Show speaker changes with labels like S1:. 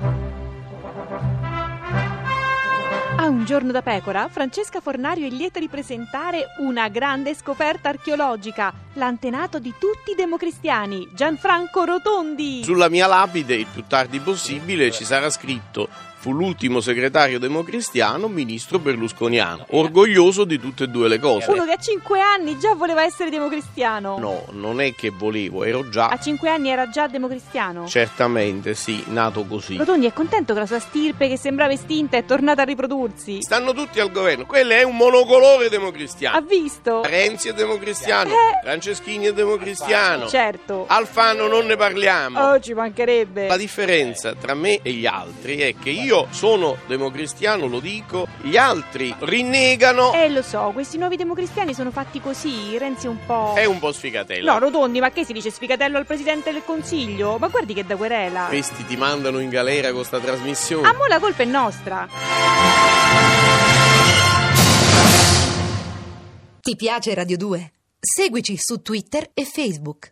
S1: A Ah, un giorno da pecora, Francesca Fornario è lieta di presentare una grande scoperta archeologica, l'antenato di tutti i democristiani, Gianfranco Rotondi.
S2: Sulla mia lapide, il più tardi possibile, ci sarà scritto Fu l'ultimo segretario democristiano, ministro berlusconiano. Orgoglioso di tutte e due le
S1: Uno
S2: cose.
S1: che a 5 anni già voleva essere democristiano.
S2: No, non è che volevo, ero
S1: A
S2: già,
S1: 5 anni era già democristiano.
S2: certamente sì, nato così.
S1: Rotondi è contento che la sua stirpe, che sembrava estinta, è tornata a riprodursi.
S2: Stanno tutti al governo, quello è un monocolore democristiano.
S1: Ha visto?
S2: Renzi è democristiano,
S1: Eh.
S2: Franceschini è democristiano,
S1: Certo.
S2: Alfano non ne parliamo.
S1: Oh, ci mancherebbe.
S2: La differenza tra me e gli altri è che io sono democristiano, lo dico, gli altri rinnegano,
S1: Eh, lo so, questi nuovi democristiani sono fatti così, Renzi un po'...
S2: è un po' sfigatello.
S1: No, Rotondi, ma che si dice sfigatello al Presidente del Consiglio? Ma guardi che da querela.
S2: Questi ti mandano in galera con sta trasmissione.
S1: A mo' la colpa è nostra.
S3: Ti piace Radio 2? Seguici su Twitter e Facebook.